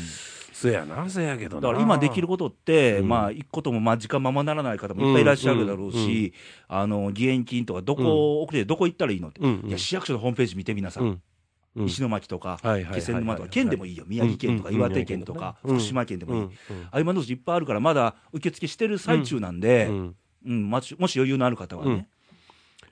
Speaker 2: そうやな、そうやけど
Speaker 1: だ
Speaker 2: な。
Speaker 1: から今できることって、
Speaker 2: うん
Speaker 1: まあ、行くこともまあ時間ままならない方もいっぱいいらっしゃるだろう
Speaker 2: うんうん
Speaker 1: し、あの義援金とか、どこ送って、どこ行ったらいいのって、
Speaker 2: うんうん
Speaker 1: いや市役所のホームページ見て、皆さ、
Speaker 2: うんん。うん
Speaker 1: 石巻とか、
Speaker 2: はいはいはいはい
Speaker 1: 気仙沼とか、県でもいいよ、宮城県とか、
Speaker 2: うんうん
Speaker 1: 岩手県とか、
Speaker 2: うん
Speaker 1: 福島県でもいい、
Speaker 2: うん
Speaker 1: あ今のうちいっぱいあるから、まだ受付してる最中なんで、
Speaker 2: う
Speaker 1: うん
Speaker 2: ん
Speaker 1: ましもし余裕のある方はね、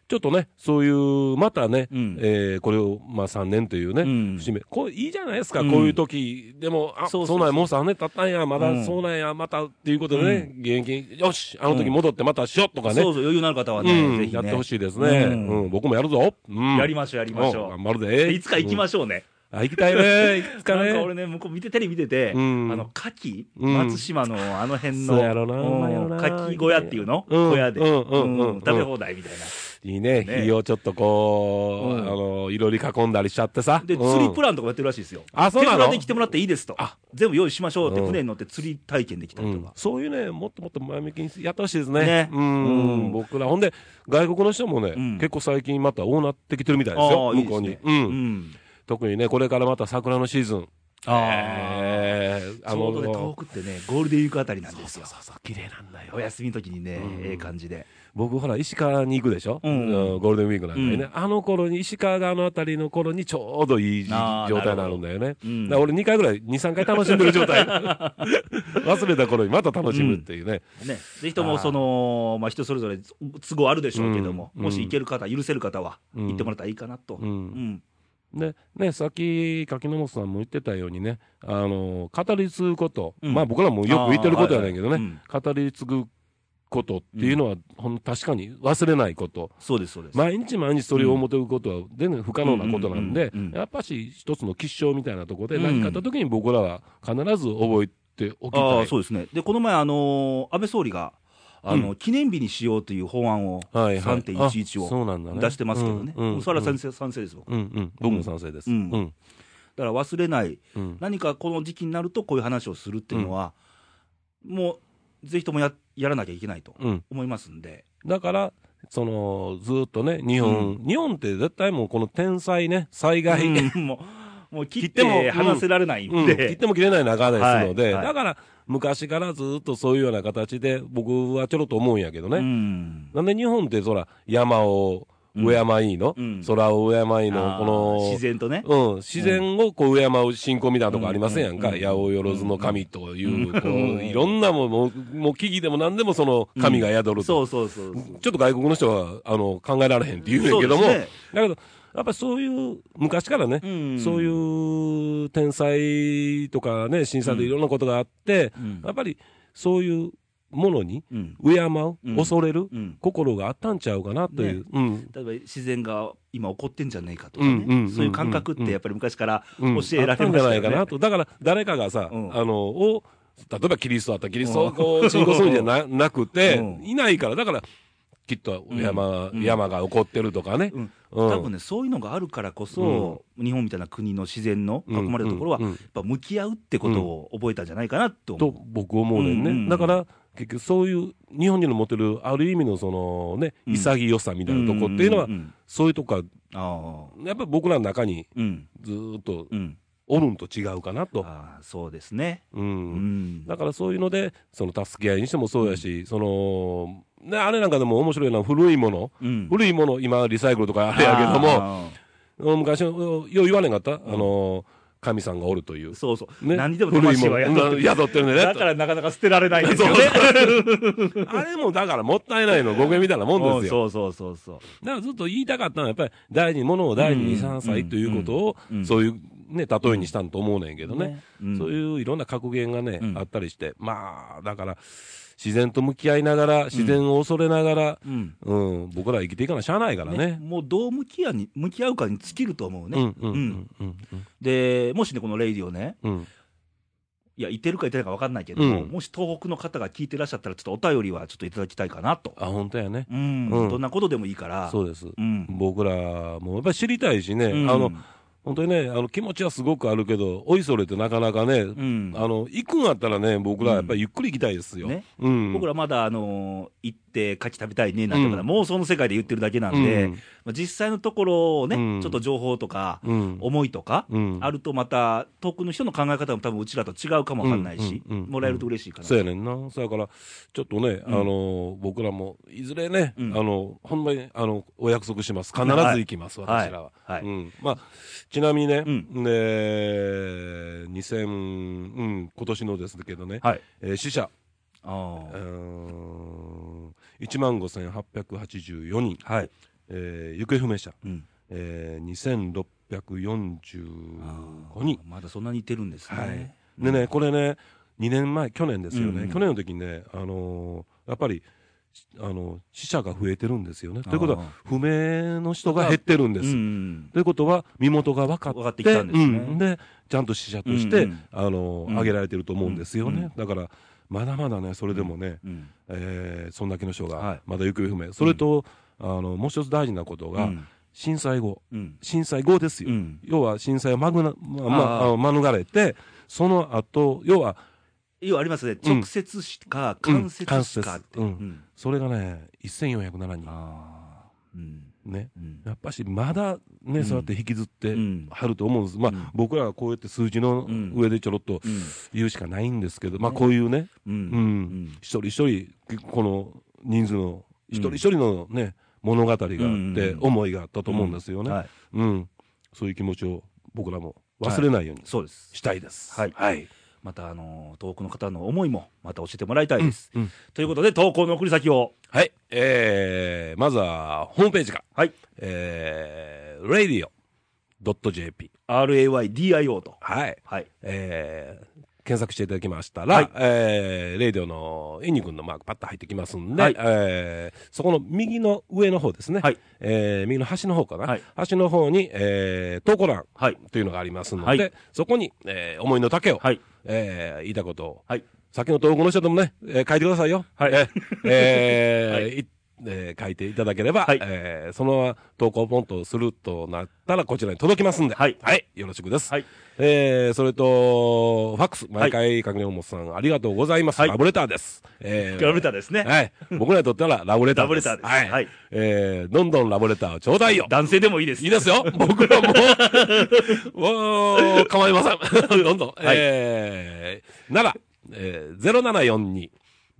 Speaker 2: ちょっとね、そういう、またね、
Speaker 1: うん
Speaker 2: えーこれを、まあ3年というね、
Speaker 1: うん
Speaker 2: 節目。こう、いいじゃないですか、
Speaker 1: うん
Speaker 2: こういう時。でも、あ、
Speaker 1: そ
Speaker 2: そう
Speaker 1: そうそ
Speaker 2: う
Speaker 1: う
Speaker 2: なんや、もう3年経ったんや、まだ、
Speaker 1: うん
Speaker 2: そうなんや、また、っていうことでね、現金、よし、あの時戻ってまたしよっとかね。
Speaker 1: そうそう、余裕のある方はね、
Speaker 2: うん
Speaker 1: ぜひね、
Speaker 2: やってほしいですね、
Speaker 1: う
Speaker 2: うんん。僕もやるぞ。うん。
Speaker 1: やりましょう、やりましょ
Speaker 2: ん
Speaker 1: う。
Speaker 2: 頑張るで。
Speaker 1: いつか行きましょうね。
Speaker 2: うんあ、行きた いね。いつか
Speaker 1: な
Speaker 2: ね。
Speaker 1: んか俺ね、向こう見て、テレビ見てて、
Speaker 2: うん
Speaker 1: あの、牡蠣、
Speaker 2: うん
Speaker 1: 松島のあの辺の、
Speaker 2: そうやろな
Speaker 1: うん
Speaker 2: うまいよな
Speaker 1: 牡蠣小屋っていうの、
Speaker 2: うん
Speaker 1: 小屋で、
Speaker 2: うんうんうん
Speaker 1: うん食べ放題みたいな。
Speaker 2: いいね。
Speaker 1: ね
Speaker 2: 日をちょっとこう、
Speaker 1: うん
Speaker 2: あの、いろり囲んだりしちゃってさ。
Speaker 1: で、
Speaker 2: うん
Speaker 1: 釣りプランとかやってるらしいですよ。
Speaker 2: あそうな
Speaker 1: 手
Speaker 2: の
Speaker 1: ぶらで来てもらっていいですと
Speaker 2: あ。
Speaker 1: 全部用意しましょうって、
Speaker 2: うん
Speaker 1: 船に乗って釣り体験できたりと
Speaker 2: うん
Speaker 1: か。
Speaker 2: そういうね、もっともっと前向きにやってほしいですね。
Speaker 1: ね
Speaker 2: うん、
Speaker 1: うん
Speaker 2: 僕ら。ほんで、外国の人もね、
Speaker 1: ん
Speaker 2: 結構最近また多なってきてるみたいですよ、
Speaker 1: あーいい
Speaker 2: 向
Speaker 1: で
Speaker 2: こ
Speaker 1: す
Speaker 2: うに
Speaker 1: ね
Speaker 2: うん
Speaker 1: うん。
Speaker 2: 特にね、これからまた桜のシーズン。
Speaker 1: あー
Speaker 2: えー
Speaker 1: ちょうどね、東北ってね、ゴールデンウィークあたりなんですよ。
Speaker 2: そうそう、綺麗なんだ
Speaker 1: お。休みの時にね、
Speaker 2: うん
Speaker 1: ええ感じで。
Speaker 2: 僕、ほら、石川に行くでしょ、
Speaker 1: うん
Speaker 2: うんゴールデンウィークなんかにね、
Speaker 1: う
Speaker 2: あの頃に、石川があの辺りの頃にちょうどいい状
Speaker 1: あー
Speaker 2: 態になるんだよね。
Speaker 1: うん
Speaker 2: だから俺2回ぐらい、2、3回楽しんでる状 態。忘れた頃にまた楽しむっていうね。
Speaker 1: ね、ぜひともその、まあ、人それぞれ都合あるでしょうけども、
Speaker 2: うん
Speaker 1: もし行ける方、許せる方は、
Speaker 2: うん
Speaker 1: 行ってもらったらいいかなと。
Speaker 2: うん
Speaker 1: うん
Speaker 2: ね、ね、さっき柿本さんも言ってたようにね、あの、語り継ぐこと、
Speaker 1: うん
Speaker 2: まあ僕らもよく言ってることやねんけどね、
Speaker 1: あーはいはい
Speaker 2: 語り継ぐことっていうのは、ほん確かに忘れないこと。
Speaker 1: そうです、そうです。
Speaker 2: 毎日毎日それを思っておくことは全然不可能なことなん
Speaker 1: うん
Speaker 2: で
Speaker 1: うんうんうん、
Speaker 2: やっぱし一つの吉祥みたいなところで
Speaker 1: うん
Speaker 2: 何かあった時に僕らは必ず覚えておきたい。
Speaker 1: ああ、そうですね。で、この前、あのー安倍総理が、あの、記念日にしようという法案を、
Speaker 2: はいはい
Speaker 1: 3.11
Speaker 2: あそうなんだ
Speaker 1: を
Speaker 2: ね
Speaker 1: 出してますけどね。
Speaker 2: うんうん
Speaker 1: もうそれは賛成、賛成ですよ。
Speaker 2: うんうん、僕も賛成です。
Speaker 1: う
Speaker 2: うんん。うん。
Speaker 1: だから忘れない、
Speaker 2: うん
Speaker 1: 何かこの時期になるとこういう話をするっていうのは、もう、ぜひともややらなきゃいけないと
Speaker 2: うん
Speaker 1: 思いますんで。
Speaker 2: だから、その、ずーっとね、日本、日本って絶対もうこの天災ね、災害、
Speaker 1: うんもう、もう切っ
Speaker 2: 切って
Speaker 1: て
Speaker 2: も
Speaker 1: 話せられないん
Speaker 2: うん、切っ
Speaker 1: で。
Speaker 2: ても切れない中ですので、
Speaker 1: はいはい
Speaker 2: だから昔からずっとそういうような形で僕はちょろっと思うんやけどね、
Speaker 1: うん
Speaker 2: なんで日本ってそら山を敬いの、
Speaker 1: うん
Speaker 2: 空を敬い
Speaker 1: あ
Speaker 2: の
Speaker 1: ー
Speaker 2: この
Speaker 1: 自然とね。
Speaker 2: うん、自然をこう敬う信仰みたいなとこありませんやん
Speaker 1: う
Speaker 2: か、
Speaker 1: んうん
Speaker 2: 八百万の神という、こ
Speaker 1: うん
Speaker 2: ういろんなもんもうもう木々でも何でもその神が宿ると、
Speaker 1: そうそうそうそう。
Speaker 2: ちょっと外国の人はあの考えられへんって言うねんけども、
Speaker 1: そうですね
Speaker 2: だけど、やっぱりそういう、昔からね、
Speaker 1: うん
Speaker 2: そういう天災とかね、震災でいろんなことがあって、
Speaker 1: うん
Speaker 2: やっぱりそういうものに
Speaker 1: うん。
Speaker 2: 敬う、
Speaker 1: うん
Speaker 2: 恐れる、
Speaker 1: うん
Speaker 2: 心があったんちゃうかなという、うん
Speaker 1: 例えば自然が今起こってんじゃないかとかね、
Speaker 2: うんうんうん
Speaker 1: そういう感覚ってやっぱり昔から
Speaker 2: うん
Speaker 1: 教えられま
Speaker 2: あったん
Speaker 1: し
Speaker 2: じゃ
Speaker 1: た
Speaker 2: な
Speaker 1: よ
Speaker 2: いか
Speaker 1: ね。
Speaker 2: なと、だから誰かがさ、
Speaker 1: うん
Speaker 2: あのを例えばキリストだったらキリストをこう信仰するんじゃ ななくて、
Speaker 1: うん
Speaker 2: いないから、だからきっと山,、
Speaker 1: うん
Speaker 2: 山が起こってるとかね。
Speaker 1: うん
Speaker 2: うん
Speaker 1: 多分ね、そういうのがあるからこそ、日本みたいな国の自然の囲
Speaker 2: うん
Speaker 1: まれるところは、
Speaker 2: うん
Speaker 1: やっぱ向き合うってことを覚えたんじゃないかなと思
Speaker 2: と
Speaker 1: う。
Speaker 2: 僕思うねんね、
Speaker 1: うんうん
Speaker 2: だから結局そういう日本人の持てるある意味のそのね
Speaker 1: うん
Speaker 2: 潔さみたいなとこっていうのは、
Speaker 1: んんん
Speaker 2: そういうとこは
Speaker 1: ああ、
Speaker 2: やっぱり僕らの中に
Speaker 1: うん、
Speaker 2: ずーっと
Speaker 1: うん、
Speaker 2: おるんと違うかなと、
Speaker 1: ああそうですね。
Speaker 2: う
Speaker 1: うんん、
Speaker 2: だからそういうのでその助け合いにしてもそうやし、そのねあれなんかでも面白いのは古いもの、
Speaker 1: うん
Speaker 2: 古いもの今リサイクルとかあれやけども
Speaker 1: あ
Speaker 2: 昔のよう言わねんかった、あの神さんがおるという
Speaker 1: あ。そうそう、
Speaker 2: ね
Speaker 1: 何でも
Speaker 2: 古い
Speaker 1: 魂
Speaker 2: も
Speaker 1: は
Speaker 2: の
Speaker 1: やっ
Speaker 2: うん宿ってるんでね
Speaker 1: だからなかなか捨てられないん ですよね。
Speaker 2: あれもだからもったいないの、語源みたいなもん
Speaker 1: うん
Speaker 2: ですよ。
Speaker 1: そうそうそうそう。
Speaker 2: だからずっと言いたかったのは、やっぱり大事に、ものを大事
Speaker 1: うん
Speaker 2: に遺産祭ということを
Speaker 1: うん、
Speaker 2: そういうね、例えにしたんと思うねんけどね。
Speaker 1: うん
Speaker 2: そういういろんな格言がね、
Speaker 1: うん
Speaker 2: あったりして、まあ、だから、自然と向き合いながら、自然を恐れながら、
Speaker 1: うん
Speaker 2: うん、僕ら生きていかなしゃあないからね。
Speaker 1: もうどう向き合うに向き合うかに尽きると思うね、
Speaker 2: うん、うん、うん、うん、
Speaker 1: でもしね、このレイディをね、
Speaker 2: うん。
Speaker 1: いや、いてるかいてないか分かんないけども、
Speaker 2: うん
Speaker 1: もし東北の方が聞いてらっしゃったら、ちょっとお便りはちょっといただきたいかなと、
Speaker 2: あ、本当やね。
Speaker 1: うん、
Speaker 2: うん
Speaker 1: どんなことでもいいから、
Speaker 2: そうです。
Speaker 1: うん、
Speaker 2: 僕らもやっぱり知りたいしね、
Speaker 1: うん
Speaker 2: あの、本当にね、あの、気持ちはすごくあるけど、おいそれってなかなかね、
Speaker 1: うん
Speaker 2: あの、行くんあったらね、僕らやっぱりゆっくり行きたいですよ。
Speaker 1: ね
Speaker 2: うん。
Speaker 1: 僕らまだ、あのー行って、牡蠣食べたいねなんて、
Speaker 2: うん
Speaker 1: まだ妄想の世界で言ってるだけなんで、
Speaker 2: うん
Speaker 1: まあ、実際のところをね、
Speaker 2: うん
Speaker 1: ちょっと情報とか、
Speaker 2: うん。
Speaker 1: 思いとか、
Speaker 2: うん
Speaker 1: あるとまた、遠くの人の考え方も多分うちらと違うかもわかんないし、
Speaker 2: うんうんうん
Speaker 1: もらえると嬉しいかな
Speaker 2: そうやねんな。そうやから、ちょっとね、
Speaker 1: うん
Speaker 2: あの、僕らも、いずれね、
Speaker 1: うん
Speaker 2: あの、ほんまに、あの、お約束します。必ず行きます、
Speaker 1: はい
Speaker 2: 私らは。
Speaker 1: はい
Speaker 2: うん。まあ、ちなみにね、
Speaker 1: う
Speaker 2: で、2000、うん、今年のですけどね、
Speaker 1: はい
Speaker 2: えー死者、
Speaker 1: あ
Speaker 2: うー
Speaker 1: ー
Speaker 2: ん、1万5884人、
Speaker 1: はい、
Speaker 2: えー行方不明者、
Speaker 1: うん、
Speaker 2: えー、2645人。
Speaker 1: まだそんなにいてるんですね。
Speaker 2: はいでね、これね、2年前、去年ですよね、
Speaker 1: うん
Speaker 2: 去年の時にね、あのーやっぱり、しあの死者が増えてるんですよね。
Speaker 1: あー
Speaker 2: ということは、不明の人が減ってるんです。
Speaker 1: うん
Speaker 2: ということは、身元が分かって
Speaker 1: 分かってきたんですね
Speaker 2: うんでちゃんと死者として、
Speaker 1: うんうん
Speaker 2: あの
Speaker 1: うん
Speaker 2: ー挙げられてると思うんですよね。だから、まだまだね、それでもね、
Speaker 1: うん
Speaker 2: えーそんだけの人
Speaker 1: はい
Speaker 2: がまだ行方不明、それと、あのもう一つ大事なことが、
Speaker 1: うん
Speaker 2: 震災後、
Speaker 1: うん
Speaker 2: 震災後ですよ、
Speaker 1: うん
Speaker 2: 要は震災をまぐな、ま
Speaker 1: あ
Speaker 2: ま、あの免れて、その後要は
Speaker 1: 要はありますね、
Speaker 2: うん
Speaker 1: 直接しか、間接しかって、
Speaker 2: うん
Speaker 1: うん
Speaker 2: それがね、1407人、
Speaker 1: あーうん
Speaker 2: ね、
Speaker 1: うん
Speaker 2: やっぱしまだね、
Speaker 1: うん
Speaker 2: そうやって引きずって
Speaker 1: うん
Speaker 2: はると思うんです、まあ
Speaker 1: うん
Speaker 2: 僕らはこうやって数字の
Speaker 1: うん
Speaker 2: 上でちょろっと
Speaker 1: うん
Speaker 2: 言うしかないんですけど、まあ、
Speaker 1: ね
Speaker 2: こういうね、
Speaker 1: う
Speaker 2: うんん、一人一人、この人数の、一人一人のね、物語があって、
Speaker 1: うん
Speaker 2: 思いがあったと思うんですよね。
Speaker 1: はい、
Speaker 2: うん、そういう気持ちを僕らも忘れないように
Speaker 1: そうです、
Speaker 2: したいです。
Speaker 1: はい
Speaker 2: はい。
Speaker 1: また、あのー遠くの方の思いもまた教えてもらいたいです。
Speaker 2: うんうん
Speaker 1: ということで、投稿の送り先を、
Speaker 2: はい。えー、まずは、ホームページから。
Speaker 1: はい、
Speaker 2: えー、radio.jp。
Speaker 1: RAYDIO と、
Speaker 2: はい。
Speaker 1: はい、
Speaker 2: えー、検索していただきましたら、
Speaker 1: はい
Speaker 2: えー、レイディオのエニ君のマークパッと入ってきますんで、
Speaker 1: はい
Speaker 2: えー、そこの右の上の方ですね。
Speaker 1: はい
Speaker 2: えー、右の端の方かな。
Speaker 1: はい
Speaker 2: 端の方に、えー、投稿欄
Speaker 1: はい、
Speaker 2: というのがありますので、
Speaker 1: はい
Speaker 2: そこに、えー、思いの丈を、
Speaker 1: はい
Speaker 2: えー、言いたいことを、
Speaker 1: はい、
Speaker 2: 先の投稿の人ともね、えー書いてくださいよ。
Speaker 1: はい
Speaker 2: え ーえーいえー書いていただければ、
Speaker 1: はい
Speaker 2: えーその投稿ポンとするとなったら、こちらに届きますんで、
Speaker 1: はい
Speaker 2: よろしくです。
Speaker 1: はい
Speaker 2: えーそれと、ファックス、毎回、かくれおもさん、ありがとうございます。
Speaker 1: はい
Speaker 2: ラブレターです。え
Speaker 1: ラブレターですね
Speaker 2: はい。僕らにとってはラブレ
Speaker 1: ラ
Speaker 2: ターです。
Speaker 1: ブレターです
Speaker 2: は
Speaker 1: はいい。
Speaker 2: えーどんどんラブレターをちょうだいよ。
Speaker 1: 男性でもいいです。
Speaker 2: いいです よ。僕らもう、もう、構いませ ん。どんどん。
Speaker 1: はい
Speaker 2: えー、なら、えー、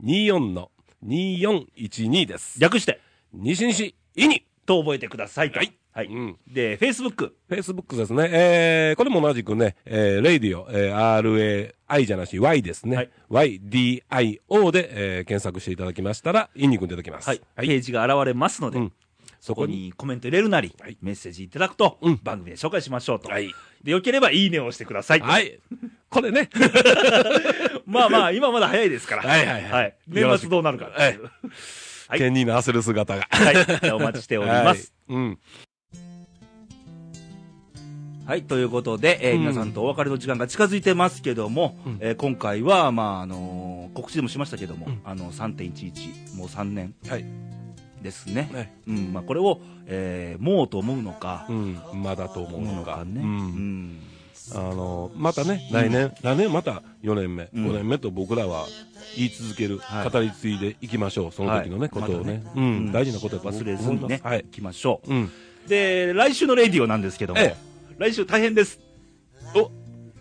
Speaker 2: 0742-24の2412です。
Speaker 1: 略して、
Speaker 2: 西西いに。
Speaker 1: と覚えてくださいと。
Speaker 2: はい
Speaker 1: はい
Speaker 2: うん
Speaker 1: で、Facebook、
Speaker 2: Facebook ですね。えー、これも同じくね、えー、radio、えー、RAI じゃなし、Y ですね。YDIO で、えー、検索していただきましたら、いにくん出てきます。
Speaker 1: はいページが現れますので、
Speaker 2: うんそ
Speaker 1: そこ
Speaker 2: こに、
Speaker 1: にコメント入れるなり、
Speaker 2: はい
Speaker 1: メッセージいただくと、
Speaker 2: うん
Speaker 1: 番組で紹介しましょうと。
Speaker 2: はい
Speaker 1: で、よければいいねを押してください。
Speaker 2: はい。これね。
Speaker 1: まあまあ、今まだ早いですから。
Speaker 2: はいはいはい
Speaker 1: 年末どうなるか。
Speaker 2: はい。
Speaker 1: はい
Speaker 2: ケンニーの焦る姿が。
Speaker 1: はい。お待ちしております。
Speaker 2: はい。うん。
Speaker 1: はい。ということで、えー
Speaker 2: うん
Speaker 1: 皆さんとお別れの時間が近づいてますけども、えー今回は、まあ、あのー告知でもしましたけども、あの、3.11、もう3年
Speaker 2: はい。
Speaker 1: ですね。
Speaker 2: ね
Speaker 1: うん。まあ、これを、えーもうと思うのか、
Speaker 2: うん。まだと思う
Speaker 1: 思う
Speaker 2: の
Speaker 1: の
Speaker 2: か。
Speaker 1: かね。
Speaker 2: う。
Speaker 1: うんん。
Speaker 2: あの、またね、来年、来年また4年目、
Speaker 1: ん
Speaker 2: 5年目と僕らは言い続ける、
Speaker 1: はい
Speaker 2: 語り継いでいきましょう。その時の
Speaker 1: は
Speaker 2: ね、
Speaker 1: い
Speaker 2: ことをね
Speaker 1: ま。た
Speaker 2: う
Speaker 1: ね
Speaker 2: ん。
Speaker 1: うん
Speaker 2: 大事なことやっぱ
Speaker 1: 忘れずにね、
Speaker 2: はいい。
Speaker 1: きましょう。
Speaker 2: うん。
Speaker 1: で、来週のレディオなんですけども、
Speaker 2: ええ
Speaker 1: 来週大変です。
Speaker 2: お、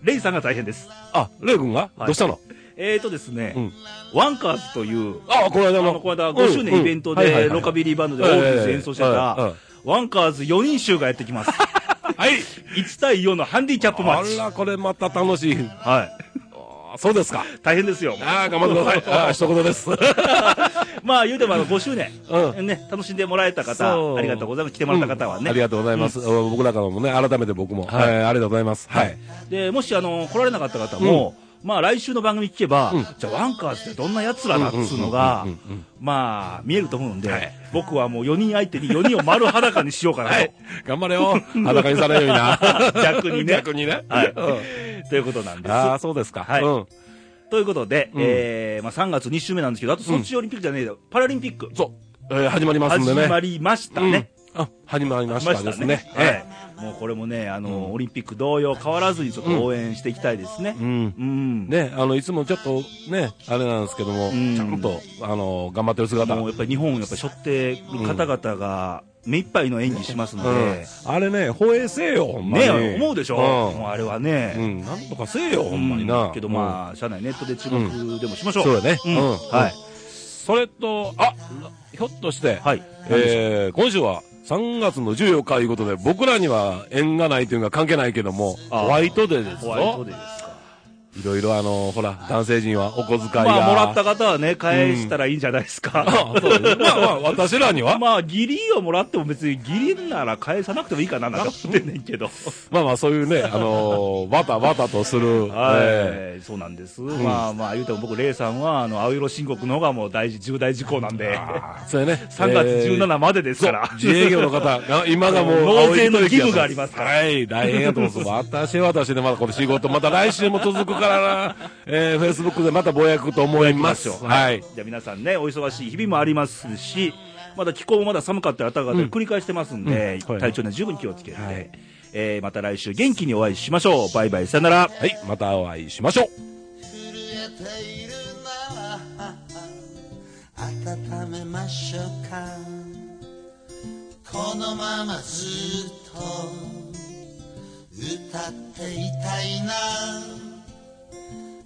Speaker 1: レイさんが大変です。
Speaker 2: あ、レイ君が
Speaker 1: はい
Speaker 2: ど
Speaker 1: う
Speaker 2: したの
Speaker 1: えーとですね、
Speaker 2: うん
Speaker 1: ワンカーズという、
Speaker 2: あ、この間
Speaker 1: あ
Speaker 2: の。
Speaker 1: の、この間5周年イベントで、ロカビ
Speaker 2: リ
Speaker 1: リーバンドで
Speaker 2: え
Speaker 1: オ
Speaker 2: え
Speaker 1: ールズ演奏して
Speaker 2: えええ
Speaker 1: た、ワンカーズ4人集がやってきます。
Speaker 2: はい。
Speaker 1: 1対4のハンディキャップマ
Speaker 2: あ
Speaker 1: ッチ。
Speaker 2: ら、これまた楽しい。
Speaker 1: はい。
Speaker 2: あそうですか。
Speaker 1: 大変ですよ。
Speaker 2: ああ、頑張ってください。ああ、一言です。
Speaker 1: まあ言うてもあの5周年、
Speaker 2: う
Speaker 1: ね、楽しんでもらえた
Speaker 2: そ
Speaker 1: 方、
Speaker 2: う
Speaker 1: ありがとうございます。来てもらった方はね。
Speaker 2: ありがとうございます。お僕らからもね、改めて僕も、はい、ありがとうございます。はい。
Speaker 1: でもしあの来られなかった方も、まあ来週の番組聞けば、じゃあワンカーズってどんなやつらだっつうのが、まあ見えると思うんで、
Speaker 2: はい
Speaker 1: 僕はもう4人相手に4人を丸裸にしようかなと、
Speaker 2: 頑張れよ。裸にされるようにな。
Speaker 1: 逆にね。
Speaker 2: 逆にね。
Speaker 1: はい
Speaker 2: うん
Speaker 1: ということなんで
Speaker 2: ああ、
Speaker 1: す。
Speaker 2: そうですか。
Speaker 1: はい
Speaker 2: うん。
Speaker 1: ということで、
Speaker 2: うん
Speaker 1: えーまあ、3月2週目なんですけど、あとソチオリンピックじゃねえよ、パラリンピック、
Speaker 2: そう。えー始まりますんで
Speaker 1: 始
Speaker 2: ね。
Speaker 1: まりましたね。
Speaker 2: うん。あ、始まりましたですね。
Speaker 1: はいもうこれもね、あの、オリンピック同様変わらずにちょっと応援していきたいですね
Speaker 2: え。うん。
Speaker 1: うん。
Speaker 2: ね、あの、いつもちょっとね、あれなんですけども、
Speaker 1: うん
Speaker 2: ちゃんと、あの、頑張ってる姿。
Speaker 1: もうやっぱり日本をやっぱ背負ってる方々が目いっぱいの演技しますので、
Speaker 2: あれね、放映せえよ、ほんまに。
Speaker 1: ね思うでしょ、もうあれはね。
Speaker 2: うん。うん、なんとかせえよ、ほんまにな。
Speaker 1: うんけどまあ、社内ネットで注目でもしましょう。
Speaker 2: そうだね
Speaker 1: ん
Speaker 2: うん
Speaker 1: はい。
Speaker 2: あ、それと、あ、ひょっとして、
Speaker 1: はい。
Speaker 2: えー、今週は3月の14日ということで、僕らには縁がないというのは関係ないけども、
Speaker 1: あー
Speaker 2: ホワイトデーです
Speaker 1: ホワイト
Speaker 2: よ。
Speaker 1: デーですか。
Speaker 2: いろいろあの、ほら、男性陣はお小遣いが。
Speaker 1: まあ、もらった方はね、返したらいいんじゃないですか。
Speaker 2: あそうですまあまあ、私らには。
Speaker 1: まあ、義理をもらっても別に義理なら返さなくてもいいかななんて思ってんねんけど。
Speaker 2: まあまあ、そういうね、あのー、わたわたとする。え
Speaker 1: はい、そうなんです、まあまあ言うても僕レイさんはあの青色申告の方がもう大事重大事項なんで
Speaker 2: ーあーそれね。
Speaker 1: 3月17までです
Speaker 2: そ
Speaker 1: か
Speaker 2: う
Speaker 1: ら、
Speaker 2: 自営業の方が、今がもう、
Speaker 1: 納税の義務がありますから
Speaker 2: はい、大変やと思うんです。私は私でまだこれ仕事、また来週も続くからな、えー、Facebook でまたぼやくと思います。はい。
Speaker 1: じゃあ皆さんねお忙しい日々もありますしまだ気候もまだ寒かったり暖かかったり繰り返してますんで、
Speaker 2: うんはい
Speaker 1: 体調には十分気をつけて、
Speaker 2: はい
Speaker 1: えーまた来週元気にお会いしましょうバイバイさよなら
Speaker 2: はい、またお会いしましょう。
Speaker 3: 震えているなら温めましょうかこのままずっと歌っていたいな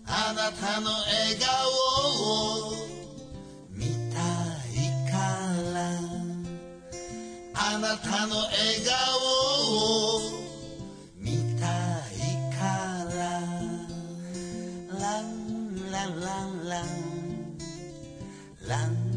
Speaker 3: あなたの笑顔を見たいからあなたの笑顔を見たいからランランランランラン